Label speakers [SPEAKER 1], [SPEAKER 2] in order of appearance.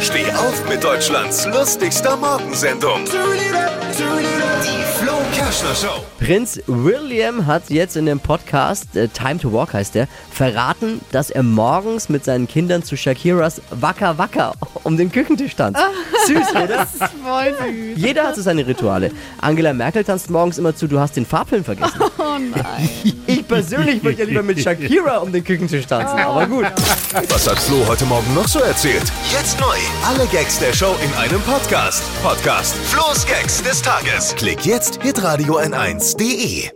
[SPEAKER 1] Steh auf mit Deutschlands lustigster Morgensendung. Die Flo Kerschner Show.
[SPEAKER 2] Prinz William hat jetzt in dem Podcast, äh, Time to Walk heißt der, verraten, dass er morgens mit seinen Kindern zu Shakiras Wacker Wacker um den Küchentisch tanzt.
[SPEAKER 3] Ah.
[SPEAKER 2] Süß, oder?
[SPEAKER 3] Voll süß.
[SPEAKER 2] Jeder hat so seine Rituale. Angela Merkel tanzt morgens immer zu, du hast den Farbfilm vergessen.
[SPEAKER 3] Oh nein.
[SPEAKER 2] Ich persönlich würde ja lieber mit Shakira um den Küchentisch tanzen,
[SPEAKER 3] Ah.
[SPEAKER 2] aber gut.
[SPEAKER 1] Was hat Flo heute Morgen noch so erzählt? Jetzt neu. Alle Gags der Show in einem Podcast. Podcast Flo's Gags des Tages. Klick jetzt, hitradio n1.de.